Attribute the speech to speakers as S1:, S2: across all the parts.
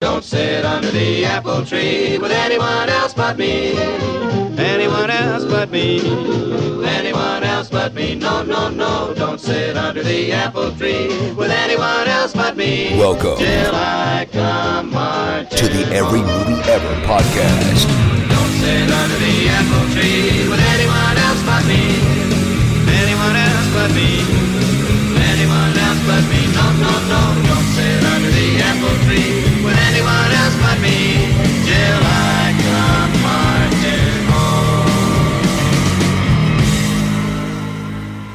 S1: Don't sit under the apple tree with anyone else but me. Anyone else but me. Anyone else but me. No, no, no. Don't sit under the apple tree with anyone else but me.
S2: Welcome
S1: Till I come marching.
S2: to the Every Movie Ever podcast.
S1: Don't sit under the apple tree with anyone else but me. Anyone else but me. Anyone else but me. No, no, no. Don't sit under the apple tree with anyone else but me. Till I come marching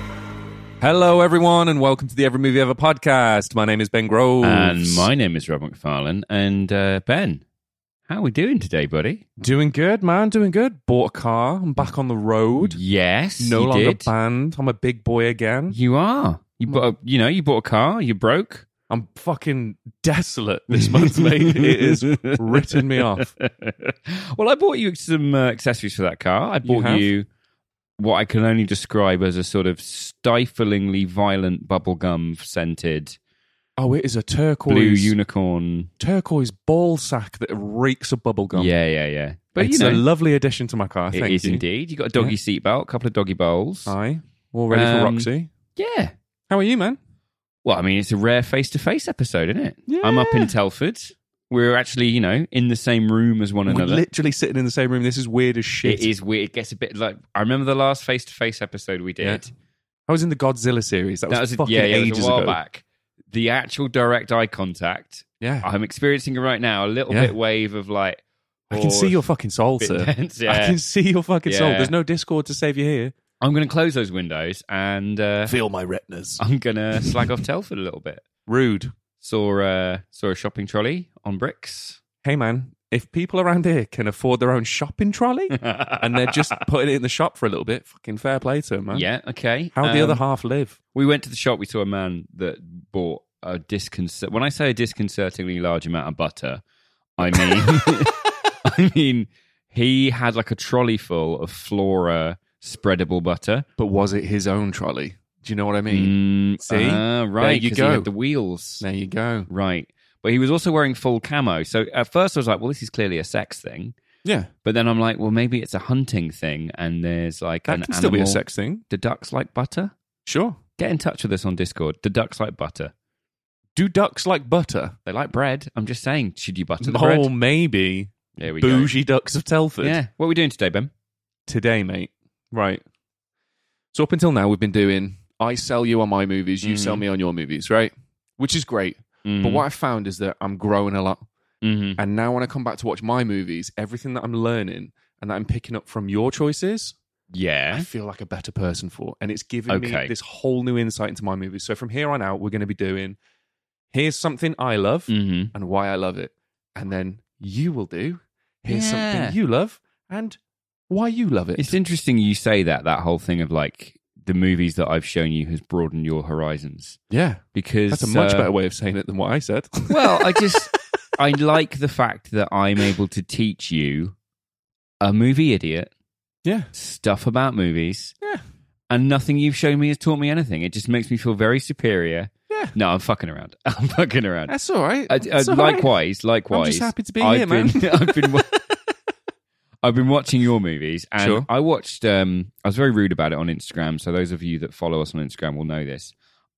S1: home.
S3: Hello, everyone, and welcome to the Every Movie Ever podcast. My name is Ben Groves.
S4: And my name is Rob McFarlane. And uh, Ben, how are we doing today, buddy?
S3: doing good, man. Doing good. Bought a car. I'm back on the road.
S4: Yes,
S3: No
S4: you
S3: longer
S4: did.
S3: banned. I'm a big boy again.
S4: You are. You bought. A, you know, you bought a car. You broke.
S3: I'm fucking desolate this month, mate. It has written me off.
S4: well, I bought you some uh, accessories for that car. I bought
S3: have?
S4: you, what I can only describe as a sort of stiflingly violent bubblegum scented
S3: Oh, it is a turquoise,
S4: blue unicorn.
S3: turquoise ball sack that reeks of bubblegum.
S4: Yeah, yeah, yeah. But
S3: it's
S4: you
S3: a
S4: know,
S3: lovely addition to my car.
S4: it
S3: Thank
S4: is
S3: you. Uh,
S4: indeed. You got a doggy seatbelt, a couple of doggy bowls.
S3: Hi. All ready for
S4: Um,
S3: Roxy.
S4: yeah.
S3: How are you, man?
S4: Well, I mean, it's a rare face to face episode, isn't it?
S3: Yeah.
S4: I'm up in Telford. We're actually, you know, in the same room as one
S3: We're
S4: another.
S3: literally sitting in the same room. This is weird as shit.
S4: It is weird. It gets a bit like I remember the last face to face episode we did.
S3: Yeah. I was in the Godzilla series. That was,
S4: That was, a-
S3: fucking
S4: yeah, yeah, it
S3: ages
S4: was a while
S3: ago.
S4: back. The actual direct eye contact.
S3: Yeah,
S4: I'm experiencing it right now. A little
S3: Yeah.
S4: bit wave of like. oh,
S3: I can see your fucking soul,
S4: Bit
S3: sir.
S4: tense,
S3: I
S4: yeah.
S3: can see your fucking soul.
S4: Yeah.
S3: There's no Discord to save you here.
S4: I'm going to close those windows and uh,
S3: Feel my retinas.
S4: I'm going to slag off Telford a little bit.
S3: Rude.
S4: Saw uh, saw a shopping trolley on bricks.
S3: Hey, man, if people around here can afford their own shopping trolley and they're just putting it in the shop for a little bit, fucking fair play to 'em, man.
S4: Yeah, okay.
S3: How the
S4: Um,
S3: other half live?
S4: We went to the shop. We saw a man that bought a disconcert. When I say a disconcertingly large amount of butter, I mean, I mean, he had like a trolley full of Flora spreadable butter.
S3: But was it his own trolley? Do you know what I
S4: Mm,
S3: See?
S4: ah, right?
S3: you
S4: 'cause
S3: go.
S4: He had the wheels,
S3: There you go.
S4: right? But he was also wearing full camo. So at first, I was like, "Well, this is clearly a sex thing."
S3: Yeah,
S4: But then I'm like, "Well, maybe it's a hunting thing." And there's like
S3: that
S4: an
S3: can still be a
S4: animal-
S3: sex thing.
S4: Do ducks like butter?
S3: Sure.
S4: Get in touch with us on Discord. Do ducks like butter?
S3: Do ducks like butter?
S4: They like bread. I'm just saying, should you butter the
S3: Oh,
S4: bread?
S3: maybe
S4: There we
S3: bougie ducks of Telford.
S4: go. Yeah. What are we doing today, Ben?
S3: today, mate. Right. So up until now, we've been doing I sell you on my movies, you
S4: Mm-hmm.
S3: sell me on your movies, right? Which is great. But what I found is that I'm growing a lot,
S4: Mhm.
S3: and now when I come back to watch my movies, everything that I'm learning and that I'm picking up from your choices, I
S4: Yeah.
S3: feel like a better person for, and it's given me
S4: Okay.
S3: this whole new insight into my movies. So from here on out, we're going to be doing here's something I love
S4: Mm-hmm.
S3: and why I love it, and then you will do here's
S4: Yeah.
S3: something you love and why you love it.
S4: It's interesting you say that. That whole thing of like the movies that I've shown you has broadened your horizons
S3: yeah.
S4: because
S3: That's a much
S4: uh,
S3: better way of saying it than what I said.
S4: well, I just I like the fact that I'm able to teach you a movie idiot
S3: yeah.
S4: stuff about movies.
S3: Yeah.
S4: And nothing you've shown me has taught me anything. It just makes me feel very superior.
S3: Yeah.
S4: No, I'm fucking around. I'm fucking around.
S3: That's all right.
S4: I, I,
S3: That's all right.
S4: likewise, likewise.
S3: I'm just happy to be
S4: I've
S3: here, man.
S4: been, I've been, wa- I've been watching your movies, and
S3: Sure.
S4: I watched. Um, I was very rude about it on Instagram, so those of you that follow us on Instagram will know this.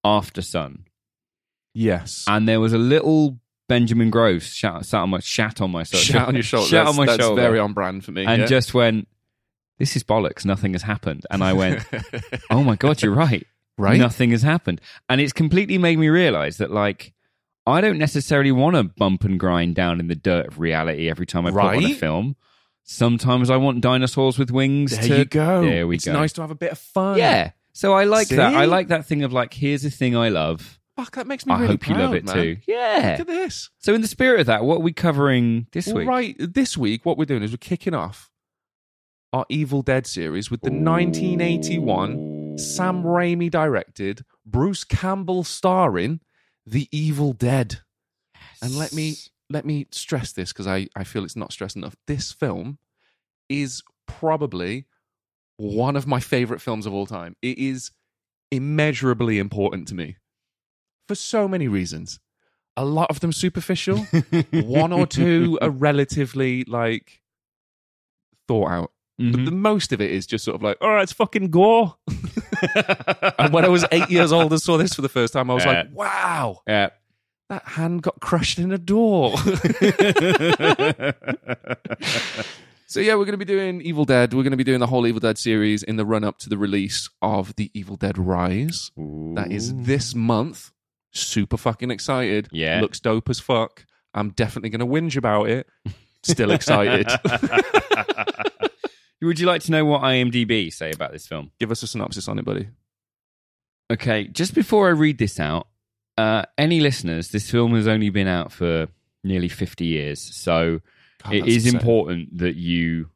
S4: After Sun,
S3: Yes.
S4: and there was a little Benjamin Groves shat, sat on my shat on my shoulder,
S3: Shout on your shoulder.
S4: shat on my
S3: that's,
S4: shoulder,
S3: That's very on brand for me.
S4: and
S3: yeah.
S4: just went, "This is bollocks. Nothing has happened." And I went, "Oh my god, you're right."
S3: right.
S4: Nothing has happened. And it's completely made me realize that, like, I don't necessarily want to bump and grind down in the dirt of reality every time I put on a
S3: Right.
S4: film. Sometimes I want dinosaurs with wings.
S3: There
S4: to-
S3: you go.
S4: There we
S3: it's
S4: go.
S3: nice to have a bit of fun.
S4: Yeah. So I like that. I
S3: See?
S4: like that thing of like, here's a thing I love.
S3: Fuck, that makes me
S4: I
S3: really
S4: hope you love
S3: proud,
S4: it
S3: man.
S4: too.
S3: Look
S4: Yeah.
S3: at this.
S4: So in the spirit of that, what are we covering this
S3: All
S4: week?
S3: right. This week, what we're doing is we're kicking off our Evil Dead series with the 1981 Sam Raimi directed, Bruce Campbell starring The Evil Dead. And let me let me stress this because I, I feel it's not stressed enough. This film is probably one of my favorite films of all time. It is immeasurably important to me for so many reasons. a lot of them superficial. One or two are relatively like thought out.
S4: Mm-hmm.
S3: But the most of it is just sort of like, all right, it's fucking gore. and when I was eight years old and saw this for the first time, I was
S4: Yeah.
S3: like, wow,
S4: Yeah.
S3: that hand got crushed in a door. so, yeah, we're going to be doing Evil Dead. We're going to be doing the whole Evil Dead series in the run up to the release of The Evil Dead Rise. That is this month. Super fucking excited.
S4: Yeah.
S3: Looks dope as fuck. I'm definitely going to whinge about it. Still excited.
S4: Would you like to know what IMDb say about this film?
S3: Give us a synopsis on it, buddy.
S4: Okay, just before I read this out, uh, any listeners, this film has only been out for nearly 50 years. So
S3: God, Oh,
S4: it
S3: that's
S4: is
S3: upsetting.
S4: important that you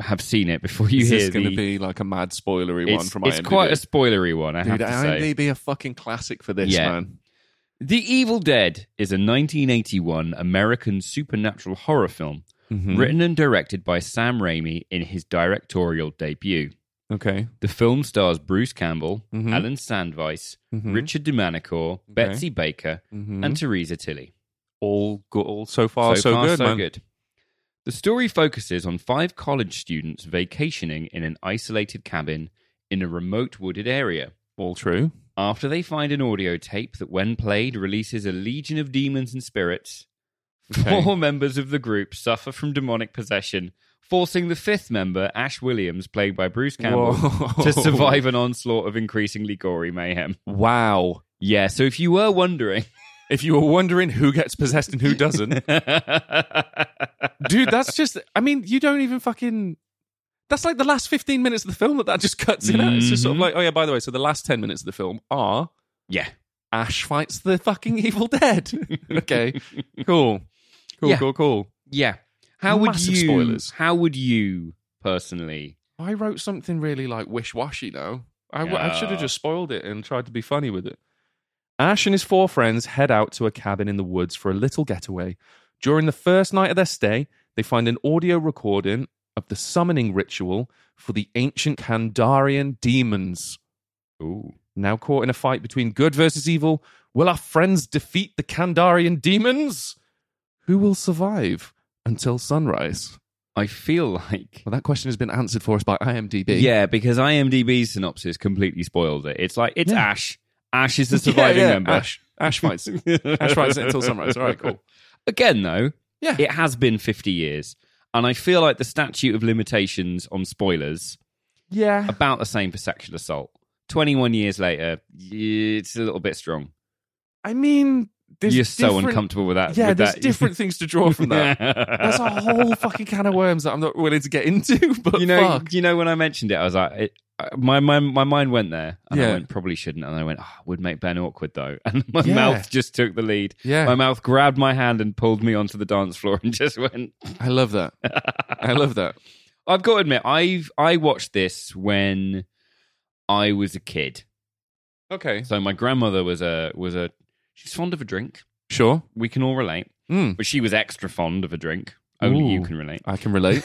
S4: have seen it before you
S3: this
S4: hear
S3: is going to
S4: the-
S3: be like a mad spoilery one
S4: It's,
S3: from
S4: it's
S3: IMDb.
S4: quite a spoilery one, I have
S3: Dude,
S4: to say.
S3: IMDb a fucking classic for this
S4: Yeah.
S3: man.
S4: The Evil Dead is a 1981 American supernatural horror film
S3: Hmm. Mm-hmm.
S4: written and directed by Sam Raimi in his directorial debut.
S3: Okay.
S4: The film stars Bruce Campbell,
S3: Mhm.
S4: Alan Sandvice,
S3: Mhm.
S4: Richard DeManicore, Betsy Baker,
S3: Mhm.
S4: and Teresa Tilly.
S3: all good. All so far, so,
S4: far,
S3: good,
S4: so
S3: man.
S4: good. The story focuses on five college students vacationing in an isolated cabin in a remote wooded area.
S3: All true.
S4: After they find an audio tape that, when played, releases a legion of demons and spirits,
S3: Okay.
S4: four members of the group suffer from demonic possession, forcing the fifth member, Ash Williams, played by Bruce Campbell,
S3: Whoa.
S4: to survive an onslaught of increasingly gory mayhem.
S3: Wow.
S4: Yeah, so if you were wondering.
S3: If you were wondering who gets possessed and who doesn't, dude, that's just. I mean, you don't even fucking. That's like the last fifteen minutes of the film that that just cuts in. At. It's just sort of
S4: Mhm.
S3: like, oh yeah. By the way, so the last ten minutes of the film are
S4: yeah.
S3: Ash fights the fucking Evil Dead. okay, cool, cool,
S4: Yeah.
S3: cool, cool.
S4: Yeah. How would
S3: Massive
S4: you
S3: spoilers.
S4: how would you personally
S3: I wrote something really like wish washy though. I, w- I should have
S4: Yeah.
S3: just spoiled it and tried to be funny with it. Ash and his four friends head out to a cabin in the woods for a little getaway. During the first night of their stay, they find an audio recording of the summoning ritual for the ancient Kandarian demons.
S4: Ooh.
S3: Now caught in a fight between good versus evil, will our friends defeat the Kandarian demons? Who will survive until sunrise?
S4: I feel like
S3: Well, that question has been answered for us by IMDb.
S4: Yeah, because IMDb's synopsis completely spoils it. It's like it's
S3: Yeah.
S4: Ash. Ash is the surviving
S3: Yeah, yeah,
S4: member.
S3: Ash, Ash fights. Ash fights it until sunrise. All right, cool.
S4: Again though,
S3: Yeah.
S4: it has been 50 years and I feel like the statute of limitations on spoilers
S3: Yeah.
S4: about the same for sexual assault. 21 years later, y- it's a little bit strong.
S3: I mean, there's
S4: You're so
S3: different-
S4: uncomfortable with that.
S3: Yeah,
S4: with
S3: there's
S4: that.
S3: different things to draw from that. That's a whole fucking can of worms that I'm not willing to get into. But
S4: you know,
S3: fuck.
S4: you know, when I mentioned it, I was like, it, uh, my my my mind went there, and I
S3: Yeah.
S4: went probably shouldn't, and I went, oh, would make Ben awkward though, and my
S3: Yeah.
S4: mouth just took the lead.
S3: Yeah.
S4: my mouth grabbed my hand and pulled me onto the dance floor, and just went.
S3: I love that. I love that.
S4: I've got to admit, I've I watched this when I was a kid.
S3: Okay.
S4: So my grandmother was a was a she's fond of a drink.
S3: Sure.
S4: We can all relate,
S3: Mm.
S4: but she was extra fond of a drink. Only you
S3: Ooh.
S4: can relate.
S3: I can relate.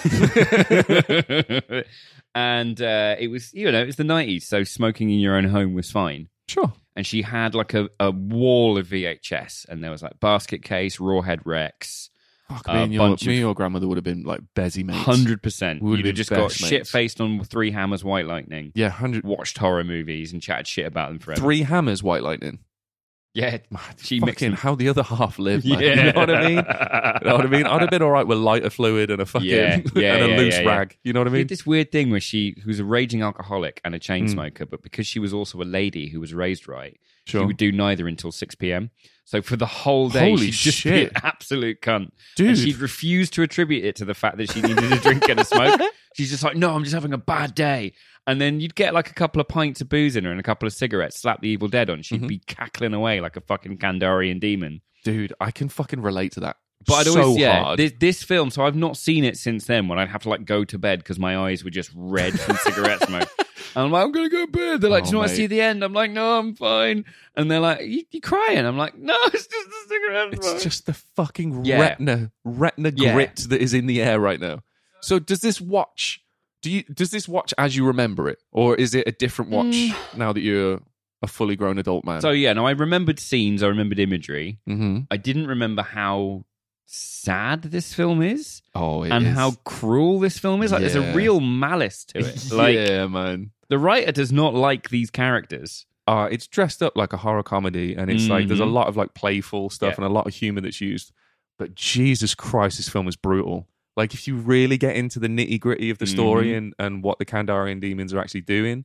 S4: and uh, it was you know it was the 90s so smoking in your own home was fine
S3: sure.
S4: and she had like a, a wall of vhs and there was like basket case rawhead rex
S3: Fuck,
S4: A
S3: me and your,
S4: bunch of-
S3: me and your grandmother would have been like bezzy mates.
S4: 100%
S3: Would
S4: you'd
S3: be
S4: have just got
S3: best mates.
S4: shit faced on three hammers white lightning
S3: Yeah, hundred.
S4: watched horror movies and chatted shit about them forever
S3: Three hammers, White Lightning.
S4: yeah she mixed
S3: Fucking
S4: them.
S3: how the other half lived, man. You know what I mean? You know what I mean? I'd have been all right with lighter fluid and a fucking
S4: Yeah, yeah,
S3: and a
S4: yeah,
S3: loose
S4: yeah, yeah.
S3: rag. You know what I
S4: She
S3: mean? Hmm.
S4: did this weird thing where she who's a raging alcoholic and a chain smoker, but because she was also a lady who was raised right, she
S3: Sure.
S4: would do neither until six p.m. So for the whole day,
S3: Holy
S4: she'd just
S3: shit.
S4: be an absolute cunt, And
S3: Dude.
S4: she'd refuse to attribute it to the fact that she needed a drink and a smoke. She's just like, "No, I'm just having a bad day." And then you'd get like a couple of pints of booze in her and a couple of cigarettes, slap the Evil Dead on. She'd
S3: Mm-hmm.
S4: be cackling away like a fucking Kandarian demon.
S3: Dude, I can fucking relate to that.
S4: But I'd
S3: so
S4: always, yeah,
S3: hard.
S4: This, this film, so I've not seen it since then when I'd have to like go to bed because my eyes were just red from cigarette smoke. And I'm like, I'm going to go to bed. They're like, do you
S3: Oh,
S4: want to
S3: mate.
S4: see the end? I'm like, no, I'm fine. And they're like, you, you crying? I'm like, no, it's just the cigarette
S3: it's
S4: smoke.
S3: just the fucking
S4: Yeah.
S3: retina, retina
S4: Yeah.
S3: grit that is in the air right now. So does this Mm. watch? Do you does this watch as you remember it, or is it a different watch now that you're a fully grown adult man.
S4: So yeah, no, I remembered scenes, I remembered imagery.
S3: hmm
S4: I didn't remember how sad this film is
S3: oh, it
S4: and
S3: is.
S4: how cruel this film is. Like there's
S3: Yeah.
S4: a real malice to it. Like
S3: yeah, man.
S4: the writer does not like these characters.
S3: Uh, it's dressed up like a horror comedy, and it's like there's a
S4: Mhm.
S3: lot of like playful stuff
S4: Yeah.
S3: and a lot of humor that's used. But Jesus Christ, this film is brutal. Like if you really get into the nitty gritty of the story
S4: Mm-hmm.
S3: and and what the Kandarian demons are actually doing,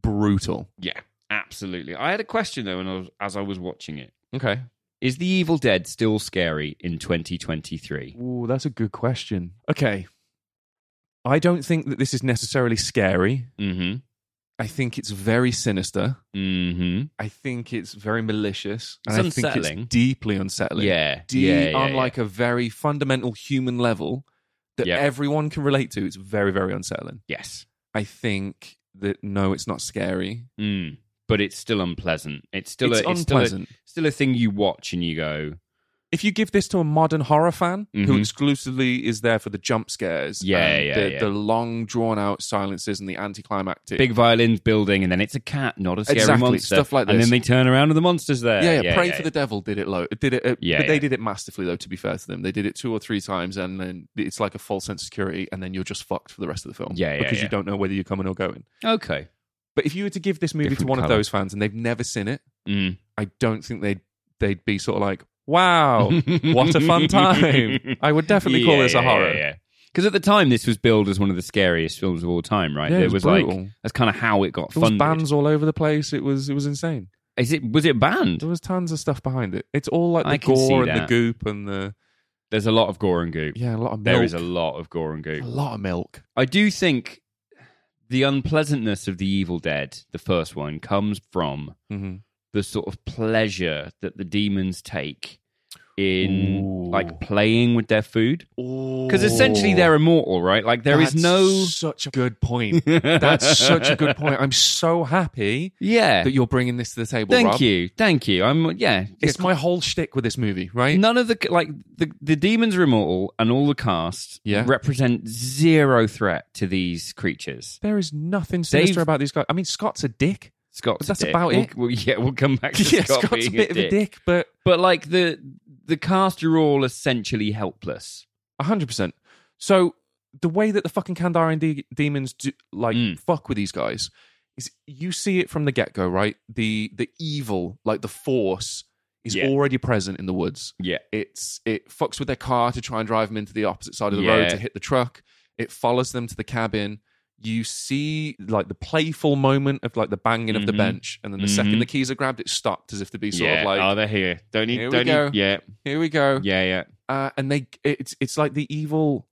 S3: brutal.
S4: Yeah, absolutely. I had a question though, and I was, as I was watching it,
S3: Okay.
S4: is The Evil Dead still scary in 2023?
S3: Ooh, that's a good question. Okay. I don't think that this is necessarily scary.
S4: Mm-hmm.
S3: I think it's very sinister.
S4: Mm-hmm.
S3: I think it's very malicious. And
S4: It's
S3: I think
S4: unsettling.
S3: it's deeply unsettling.
S4: Yeah.
S3: deep
S4: yeah, yeah,
S3: on
S4: yeah.
S3: like a very fundamental human level that
S4: Yeah.
S3: everyone can relate to. It's very, very unsettling.
S4: yes.
S3: I think that no, it's not scary.
S4: Mm. But it's still unpleasant. It's still
S3: it's
S4: a, it's still a,
S3: unpleasant.
S4: still a thing you watch and you go,
S3: if you give this to a modern horror fan who
S4: Mhm.
S3: exclusively is there for the jump scares,
S4: Yeah,
S3: and
S4: yeah,
S3: the,
S4: yeah.
S3: the long drawn out silences and the anticlimactic,
S4: big violins building, and then it's a cat, not a scary
S3: Exactly,
S4: monster.
S3: stuff like
S4: And
S3: this.
S4: then they turn around and the monster's there.
S3: yeah, yeah, Pray for the Devil did it low. Did it, uh,
S4: Yeah,
S3: but they
S4: yeah.
S3: did it masterfully though. To be fair to them, they did it two or three times, and then it's like a false sense of security, and then you're just fucked for the rest of the film.
S4: Yeah, yeah,
S3: because you
S4: yeah.
S3: don't know whether you're coming or going.
S4: yeah. Okay.
S3: But if you were to give this movie to
S4: Different
S3: one of
S4: colour.
S3: those fans and they've never seen it,
S4: Mm.
S3: I don't think they'd they'd be sort of like, "Wow, Mm. what a fun time!" I would definitely call
S4: Yeah,
S3: this a
S4: yeah,
S3: horror.
S4: Yeah, Because at the time, this was billed as one of the scariest films of all time, right?
S3: Yeah, it
S4: There
S3: was brutal.
S4: like that's kind of how it got
S3: There was
S4: funded.
S3: bands all over the place. It was it was insane.
S4: Is it was it banned?
S3: There was tons of stuff behind it. It's all like the
S4: I can see
S3: gore and the
S4: that.
S3: goop and the
S4: There's a lot of gore and goop.
S3: yeah, a lot of milk.
S4: There is a lot of gore and goop.
S3: a lot of milk.
S4: I do think the unpleasantness of The Evil Dead, the first one, comes from
S3: Mhm.
S4: the sort of pleasure that the demons take in
S3: Ooh.
S4: like playing with their food because essentially they're immortal right like there is
S3: That's
S4: no
S3: such a good point. That's such a good point. I'm so happy
S4: yeah
S3: that you're bringing this to the table.
S4: thank
S3: Rob.
S4: you thank you i'm yeah
S3: It's my whole shtick with this movie, right?
S4: none of the like the, the demons are immortal and all the cast
S3: Yeah.
S4: represent zero threat to these creatures
S3: There is nothing sinister
S4: They've-
S3: about these guys. I mean, Scott's a dick.
S4: Scott,
S3: But that's about it.
S4: We'll, we'll- yeah, we'll come back to
S3: yeah,
S4: Scott
S3: Scott's a
S4: being
S3: bit of a dick, but
S4: But like the the cast are all essentially helpless.
S3: hundred percent. So the way that the fucking Kandarian de- demons do, like
S4: Mm.
S3: fuck with these guys is you see it from the get go, right? The the evil, like the force, is
S4: Yeah.
S3: already present in the woods.
S4: Yeah.
S3: It's it fucks with their car to try and drive them into the opposite side of the road
S4: Yeah.
S3: to hit the truck. It follows them to the cabin. You see like the playful moment of like the banging of the
S4: Mhm.
S3: bench, and then the
S4: Mhm.
S3: second the keys are grabbed, it stopped as if to be sort
S4: yeah.
S3: of like,
S4: oh, they're here. Don't need.
S3: Here we
S4: don't
S3: go.
S4: need. Yeah.
S3: here we go.
S4: Yeah. Yeah.
S3: uh, and they it's it's like the evil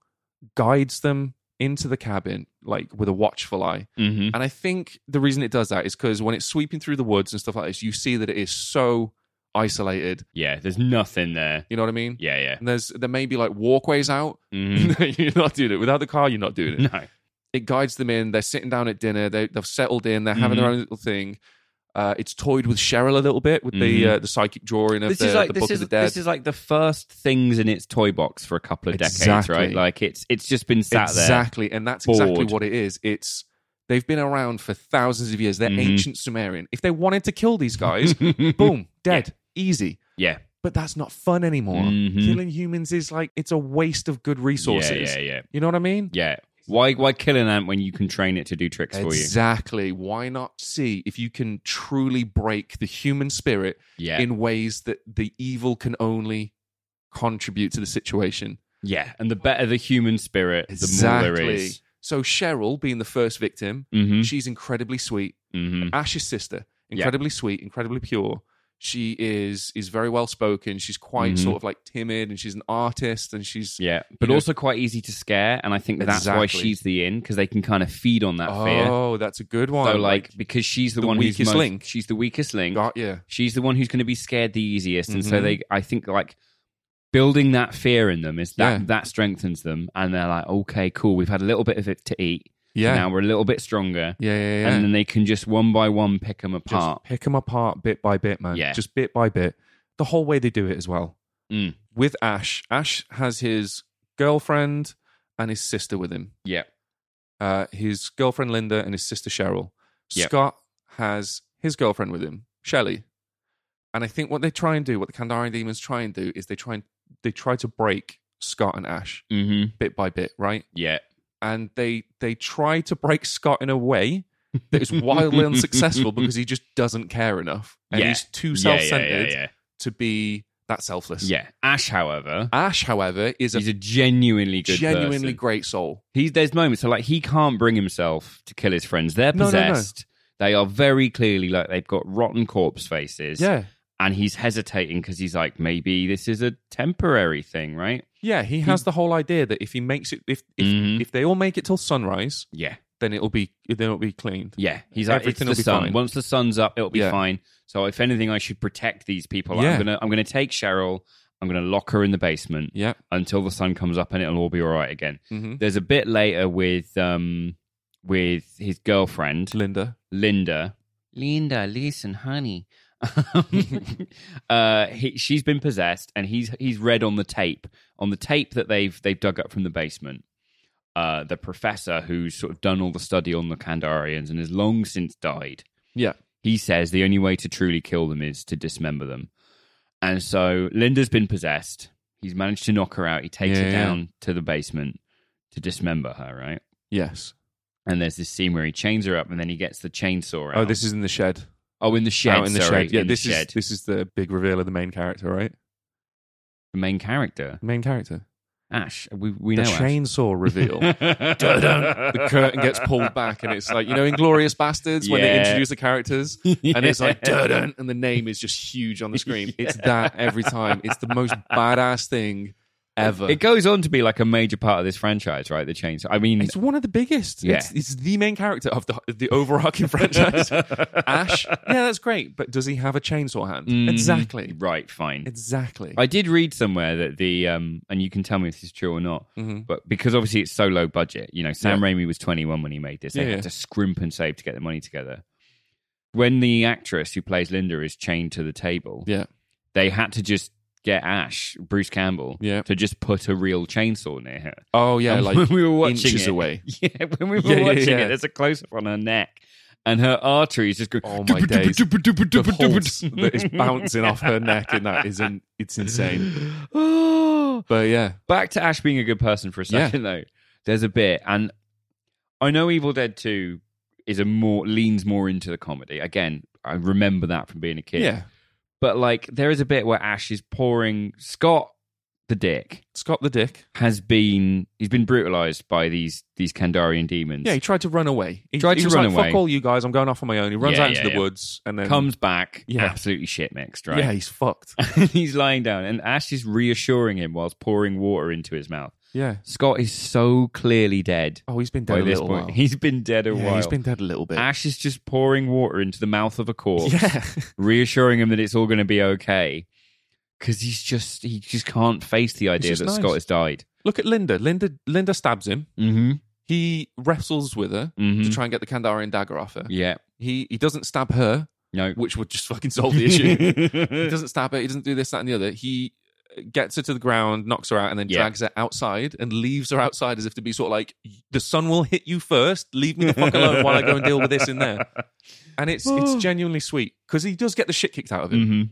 S3: guides them into the cabin like with a watchful eye
S4: Mm-hmm.
S3: and i think the reason it does that is because when it's sweeping through the woods and stuff like this you see that it is so isolated
S4: Yeah. There's nothing there.
S3: you know what i mean
S4: Yeah. Yeah.
S3: and there's there may be like walkways out
S4: Mhm.
S3: you're not doing it without the car you're not doing it
S4: no.
S3: it guides them in they're sitting down at dinner they, they've settled in they're having their
S4: Mm-hmm.
S3: own little thing uh, it's toyed with Cheryl a little bit with the
S4: Mhm.
S3: uh, the psychic drawing of
S4: This
S3: the,
S4: is like
S3: the
S4: this
S3: book
S4: is
S3: of the dead.
S4: this is like the first things in its toy box for a couple of decades,
S3: Exactly.
S4: right? Like it's it's just been sat
S3: exactly, and that's exactly
S4: bored.
S3: what it is. It's they've been around for thousands of years. They're
S4: Mhm.
S3: ancient Sumerian. If they wanted to kill these guys,
S4: there.
S3: boom, dead, easy.
S4: yeah.
S3: But that's not fun anymore.
S4: Mhm.
S3: Killing humans is like it's a waste of good resources.
S4: Yeah. Yeah. Yeah.
S3: You know what I mean?
S4: Yeah. Why why kill an ant when you can train it to do tricks for you?
S3: Exactly. Why not see if you can truly break the human spirit
S4: Yeah.
S3: in ways that the evil can only contribute to the situation?
S4: yeah. And the better the human spirit, the more there is.
S3: So Cheryl, being the first victim,
S4: Mm-hmm.
S3: she's incredibly sweet.
S4: Mm-hmm.
S3: Ash's sister,
S4: Yeah.
S3: incredibly sweet, incredibly pure. She is is very well spoken. She's quite
S4: Mhm.
S3: sort of like timid, and she's an artist, and she's
S4: Yeah, but
S3: know-
S4: also quite easy to scare, and I think that's why
S3: Exactly.
S4: she's the in because they can kind of feed on that fear.
S3: oh, that's a good one.
S4: So like, because she's the,
S3: the
S4: one who's
S3: weakest
S4: most-
S3: link.
S4: she's the weakest link.
S3: got yeah,
S4: She's the one who's going to be scared the easiest, and so
S3: Mhm.
S4: they, I think, like building that fear in them is that
S3: Yeah.
S4: that strengthens them, and they're like, okay, cool, we've had a little bit of it to eat,
S3: yeah,
S4: now we're a little bit stronger,
S3: yeah, yeah, yeah.
S4: and then they can just one by one pick them
S3: Just
S4: apart.
S3: pick them apart bit by bit, man.
S4: Yeah.
S3: just bit by bit. The whole way they do it as well.
S4: Mm.
S3: With Ash, Ash has his girlfriend and his sister with him.
S4: yeah,
S3: uh, his girlfriend Linda and his sister Cheryl.
S4: Yep.
S3: Scott has his girlfriend with him, Shelley. And I think what they try and do, what the Kandarian demons try and do, is they try and they try to break Scott and Ash
S4: Mm-hmm.
S3: bit by bit, right?
S4: Yeah.
S3: And they they try to break Scott in a way that is wildly unsuccessful because he just doesn't care enough, and
S4: Yeah.
S3: he's too
S4: Yeah, yeah,
S3: self-centered
S4: Yeah, yeah,
S3: to be that selfless.
S4: yeah. Ash, however,
S3: Ash, however, is a
S4: he's a genuinely good
S3: genuinely
S4: person.
S3: great soul.
S4: He's there's moments so like he can't bring himself to kill his friends. They're
S3: No, no, no.
S4: possessed. They are very clearly like they've got rotten corpse faces.
S3: Yeah,
S4: And he's hesitating because he's like, maybe this is a temporary thing, right?
S3: yeah. He has the whole idea that if he makes it, if if,
S4: Mhm.
S3: if they all make it till sunrise,
S4: Yeah.
S3: then it'll be then it'll be cleaned.
S4: Yeah. He's like,
S3: Everything
S4: it's
S3: will be
S4: the sun.
S3: fine.
S4: Once the sun's up, it'll be
S3: Yeah.
S4: fine. So if anything, I should protect these people.
S3: Yeah.
S4: I'm gonna I'm gonna take Cheryl, I'm gonna lock her in the basement
S3: Yeah.
S4: until the sun comes up and it'll all be all right again.
S3: Mm-hmm.
S4: There's a bit later with um with his girlfriend.
S3: Linda.
S4: Linda. Linda, listen, honey. uh, he, she's been possessed, and he's he's read on the tape on the tape that they've they've dug up from the basement. Uh, the professor who's sort of done all the study on the Kandarians and has long since died.
S3: Yeah.
S4: He says the only way to truly kill them is to dismember them, and so Linda's been possessed. He's managed to knock her out. He takes
S3: Yeah,
S4: her
S3: yeah.
S4: down to the basement to dismember her. Right,
S3: Yes.
S4: and there's this scene where he chains her up, and then he gets the chainsaw out.
S3: Oh, this is in the shed.
S4: Oh, in the shed.
S3: Out in the
S4: sorry,
S3: shed. Yeah,
S4: in
S3: this
S4: the shed.
S3: is this is the big reveal of the main character, right?
S4: the main character,
S3: The main character.
S4: Ash. We we
S3: the
S4: know
S3: chainsaw reveal.
S4: Ash.
S3: Dun-dun. the curtain gets pulled back, and it's like you know, Inglorious Bastards when they
S4: Yeah.
S3: introduce the characters, and it's like dun, and the name is just huge on the screen. It's that every time. It's the most badass thing ever.
S4: It goes on to be like a major part of this franchise, right? The chainsaw. I mean,
S3: It's one of the biggest.
S4: Yeah.
S3: It's, it's the main character of the the overarching franchise. Ash. Yeah, that's great. But does he have a chainsaw hand?
S4: Mhm.
S3: Exactly.
S4: right. Fine.
S3: Exactly.
S4: I did read somewhere that the um, and you can tell me if this is true or not,
S3: Mhm.
S4: but because obviously it's so low budget, you know, Sam
S3: Yeah.
S4: Raimi was 21 when he made this. They
S3: Yeah,
S4: had
S3: yeah.
S4: to scrimp and save to get the money together. When the actress who plays Linda is chained to the table,
S3: Yeah.
S4: they had to just get Ash, Bruce Campbell,
S3: Yeah.
S4: to just put a real chainsaw near her.
S3: Oh yeah,
S4: And
S3: like
S4: when we were watching
S3: inches
S4: it,
S3: away.
S4: Yeah, when we were
S3: Yeah, yeah,
S4: watching
S3: yeah.
S4: it, there's a close up on her neck and her arteries just go.
S3: Oh, my days. The pulse that is bouncing off her neck, and that is in, it's insane. But yeah,
S4: Oh. Back to Ash being a good person for a
S3: Yeah.
S4: second though. There's a bit, and I know Evil Dead Two is a more leans more into the comedy. Again, I remember that from being a kid.
S3: yeah.
S4: But like, there is a bit where Ash is pouring Scott the dick
S3: Scott the Dick.
S4: has been he's been brutalized by these these Kandarian demons.
S3: Yeah, he tried to run away. He
S4: Tried
S3: he
S4: to
S3: was
S4: run
S3: like,
S4: away.
S3: Fuck all you guys! I'm going off on my own. He runs
S4: Yeah,
S3: out into
S4: yeah,
S3: the
S4: yeah.
S3: woods and then
S4: comes back
S3: Yeah.
S4: absolutely shit mixed, right?
S3: Yeah, he's fucked.
S4: he's lying down, and Ash is reassuring him whilst pouring water into his mouth.
S3: Yeah.
S4: Scott is so clearly dead
S3: Oh, he's been dead
S4: by
S3: a
S4: this
S3: little
S4: point.
S3: while.
S4: He's been dead a
S3: Yeah,
S4: while.
S3: he's been dead a little bit.
S4: Ash is just pouring water into the mouth of a corpse,
S3: yeah.
S4: reassuring him that it's all going to be okay. Because he's just he just can't face the idea
S3: just
S4: that
S3: nice.
S4: Scott has died.
S3: Look at Linda. Linda. Linda stabs him.
S4: Mm-hmm.
S3: He wrestles with her
S4: Mhm.
S3: to try and get the Kandarian dagger off her.
S4: Yeah.
S3: He he doesn't stab her,
S4: No.
S3: which would just fucking solve the issue. he doesn't stab her. He doesn't do this, that, and the other. He uh, gets her to the ground, knocks her out, and then
S4: Yeah.
S3: drags her outside and leaves her outside as if to be sort of like, "The sun will hit you first. Leave me the fuck alone while I go and deal with this in there." And it's
S4: Oh.
S3: it's genuinely sweet because he does get the shit kicked out of him.
S4: Mhm.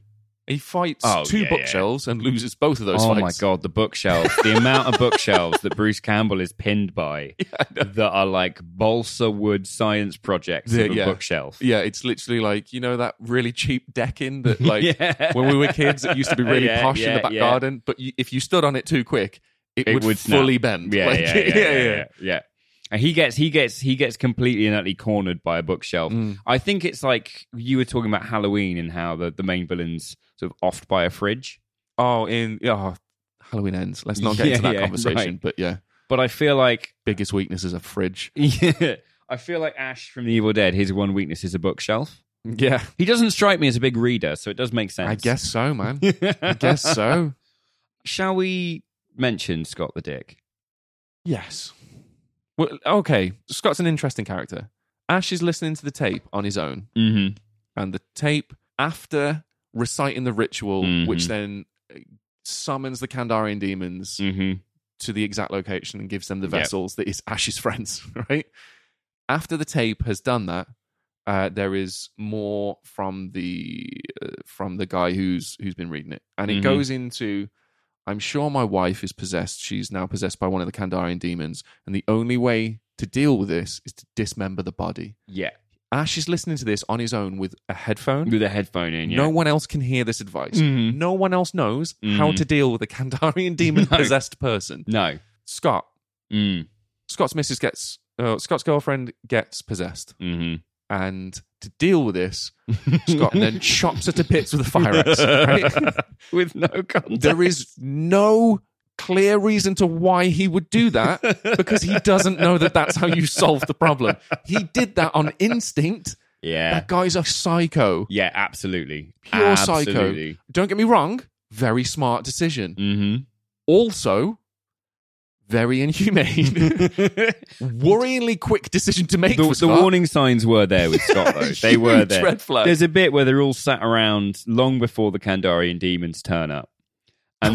S3: He fights
S4: Oh,
S3: two
S4: yeah, yeah.
S3: bookshelves and loses both of those.
S4: oh
S3: fights.
S4: my god, the bookshelves. the amount of bookshelves that Bruce Campbell is pinned by that are like balsa wood science projects
S3: Yeah,
S4: of a
S3: yeah.
S4: bookshelf.
S3: Yeah, it's literally like you know that really cheap decking that like
S4: Yeah.
S3: when we were kids it used to be really
S4: Yeah,
S3: posh in
S4: yeah,
S3: the back
S4: yeah.
S3: garden, but you, if you stood on it too quick, it,
S4: It
S3: would,
S4: would snap.
S3: fully bend.
S4: Yeah,
S3: Like,
S4: yeah, yeah, yeah, yeah, yeah. And he gets he gets he gets completely and utterly cornered by a bookshelf.
S3: Mm.
S4: I think it's like you were talking about Halloween and how the, the main villain's sort of offed by a fridge.
S3: Oh, in oh, Halloween ends. Let's not get
S4: Yeah,
S3: into that
S4: yeah,
S3: conversation.
S4: right.
S3: But yeah,
S4: But I feel like
S3: biggest weakness is a fridge.
S4: I feel like Ash from The Evil Dead, his one weakness is a bookshelf.
S3: Mm, Yeah,
S4: He doesn't strike me as a big reader, so it does make sense.
S3: I guess so, man. I guess so.
S4: Shall we mention Scott the Dick?
S3: Yes. Well, okay. Scott's an interesting character. Ash is listening to the tape on his own,
S4: Mm-hmm.
S3: and the tape after reciting the ritual,
S4: Mhm.
S3: which then uh, summons the Kandarian demons
S4: Mm-hmm.
S3: to the exact location and gives them the
S4: Yep.
S3: vessels that is Ash's friends, right? After the tape has done that, Uh, there is more from the uh, from the guy who's who's been reading it, and it
S4: Mhm.
S3: goes into. I'm sure my wife is possessed. She's now possessed by one of the Kandarian demons, and the only way to deal with this is to dismember the body.
S4: Yeah.
S3: Ash is listening to this on his own with a headphone.
S4: With a headphone in, yeah.
S3: No one else can hear this advice.
S4: Mhm.
S3: No one else knows how
S4: Mhm.
S3: to deal with a Kandarian demon
S4: No.
S3: possessed person.
S4: No.
S3: Scott.
S4: Mm.
S3: Scott's missus gets uh, Scott's girlfriend gets possessed,
S4: hmm
S3: and to deal with this, Scott then chops her to bits with a fire axe. right?
S4: With no context.
S3: There is no clear reason to why he would do that because he doesn't know that that's how you solve the problem. He did that on instinct.
S4: yeah.
S3: That guy's a psycho.
S4: Yeah, absolutely.
S3: Pure
S4: absolutely.
S3: psycho. Don't get me wrong, very smart decision.
S4: Mm-hmm.
S3: Also, very inhumane.
S4: the
S3: Worryingly quick decision to make. for
S4: the
S3: Scott.
S4: warning signs were there with Scott, though. they were
S3: Huge
S4: there.
S3: red flag.
S4: There's a bit where they're all sat around long before the Kandarian demons turn up, and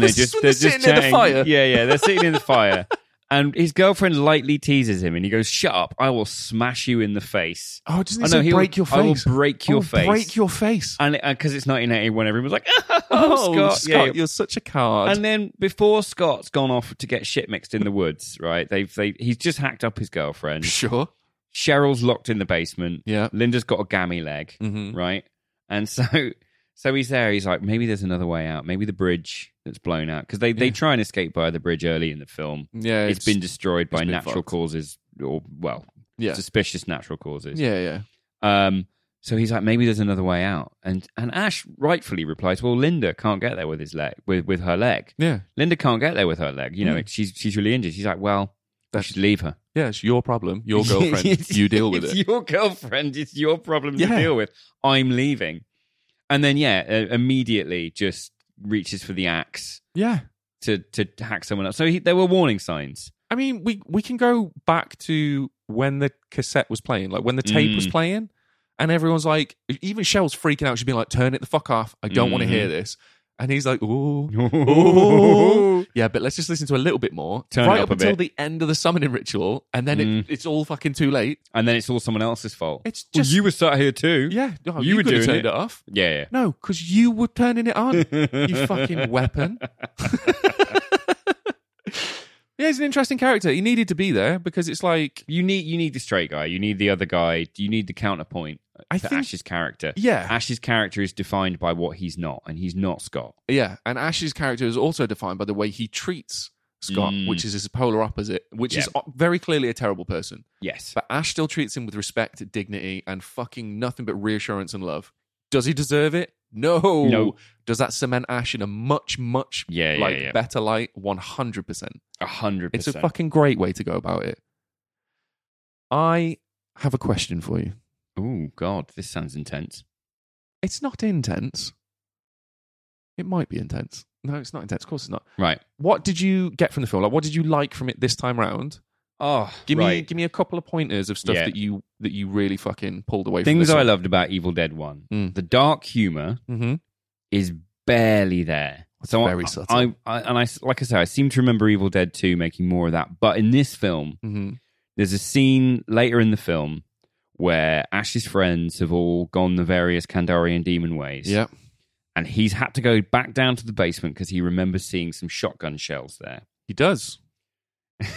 S4: they're
S3: Is this
S4: just
S3: when they're
S4: they're just
S3: sitting near the
S4: chatting.
S3: fire?
S4: Yeah, yeah, they're sitting in the fire, and his girlfriend lightly teases him, and he goes, "Shut up! I will smash you in the face."
S3: Oh, doesn't
S4: Oh,
S3: he
S4: no,
S3: say
S4: he'll-
S3: break your face?
S4: I will break
S3: I
S4: your
S3: will
S4: face.
S3: Break your face.
S4: And because it's 1981, everyone's like, "Oh,
S3: Oh, Scott,
S4: Scott, yeah,
S3: you're such a card.
S4: And then before Scott's gone off to get shit mixed in the woods, right? They've they he's just hacked up his girlfriend.
S3: sure.
S4: Cheryl's locked in the basement.
S3: Yeah.
S4: Linda's got a gammy leg,
S3: Mhm.
S4: right? And so so he's there. He's like, maybe there's another way out. Maybe the bridge that's blown out because they they
S3: Yeah.
S4: try and escape via the bridge early in the film.
S3: Yeah.
S4: it's been destroyed by
S3: been
S4: natural
S3: fucked.
S4: causes or well,
S3: Yeah.
S4: suspicious natural causes.
S3: Yeah. Yeah.
S4: Um, so he's like, maybe there's another way out. And and Ash rightfully replies, well, Linda can't get there with his leg with with her leg.
S3: Yeah.
S4: Linda can't get there with her leg. You know,
S3: Hmm.
S4: it- she's she's really injured. She's like, well, I
S3: That's-
S4: should leave her.
S3: Yeah. It's your problem. Your girlfriend. you deal with
S4: it's
S3: it.
S4: your girlfriend. It's your problem to
S3: Yeah.
S4: deal with. I'm leaving. And then yeah, uh, immediately just reaches for the axe
S3: Yeah.
S4: to to hack someone up. So he, there were warning signs.
S3: I mean, we we can go back to when the cassette was playing, like when the tape was
S4: Mm.
S3: playing, and everyone's like, even Shell's freaking out. She's being like, "Turn it the fuck off! I don't want to
S4: Mhm.
S3: hear this." And he's like, "Ooh."
S4: Ooh.
S3: Yeah, but let's just listen to a little bit more.
S4: Turn it
S3: right
S4: up
S3: up
S4: a
S3: until
S4: bit.
S3: the end of the summoning ritual, and then
S4: Mm.
S3: it, it's all fucking too late.
S4: and then it's all someone else's fault.
S3: It's
S4: Well,
S3: just
S4: you were sat here too.
S3: Yeah, no,
S4: You
S3: you,
S4: were
S3: could have
S4: doing
S3: turned
S4: it.
S3: it. off.
S4: Yeah,
S3: No, because you were turning it on.
S4: yeah.
S3: you fucking weapon. yeah, he's an interesting character. He needed to be there because it's like
S4: You need you need the straight guy. You need the other guy. You need the counterpoint
S3: I
S4: to
S3: think
S4: Ash's character.
S3: yeah,
S4: Ash's character is defined by what he's not, and he's not Scott.
S3: yeah. And Ash's character is also defined by the way he treats Scott,
S4: Mm.
S3: which is his polar opposite, which is o- very clearly a terrible person.
S4: Yes.
S3: But Ash still treats him with respect, dignity, and fucking nothing but reassurance and love. Does he deserve it? No.
S4: No.
S3: Does that cement Ash in a much, much
S4: Yeah, yeah,
S3: like
S4: yeah.
S3: better light? One hundred percent.
S4: A hundred
S3: It's a
S4: percent.
S3: fucking great way to go about it. I have a question for you.
S4: Oh God, this sounds intense.
S3: It's not intense. It might be intense. No, it's not intense. Of course, it's not.
S4: Right.
S3: What did you get from the film? Like, what did you like from it this time round?
S4: Oh,
S3: Give me, give me a couple of pointers of stuff
S4: Yeah.
S3: that you that you really fucking pulled away. from
S4: things
S3: this
S4: I
S3: one.
S4: loved about Evil Dead One.
S3: Mm.
S4: The dark humor
S3: Mhm.
S4: is barely there. So
S3: very
S4: I,
S3: subtle.
S4: I, I and I like I say I seem to remember Evil Dead Two making more of that, but in this film,
S3: Mhm.
S4: there's a scene later in the film where Ash's friends have all gone the various Kandarian demon ways.
S3: Yeah.
S4: And he's had to go back down to the basement because he remembers seeing some shotgun shells there.
S3: He does.
S4: He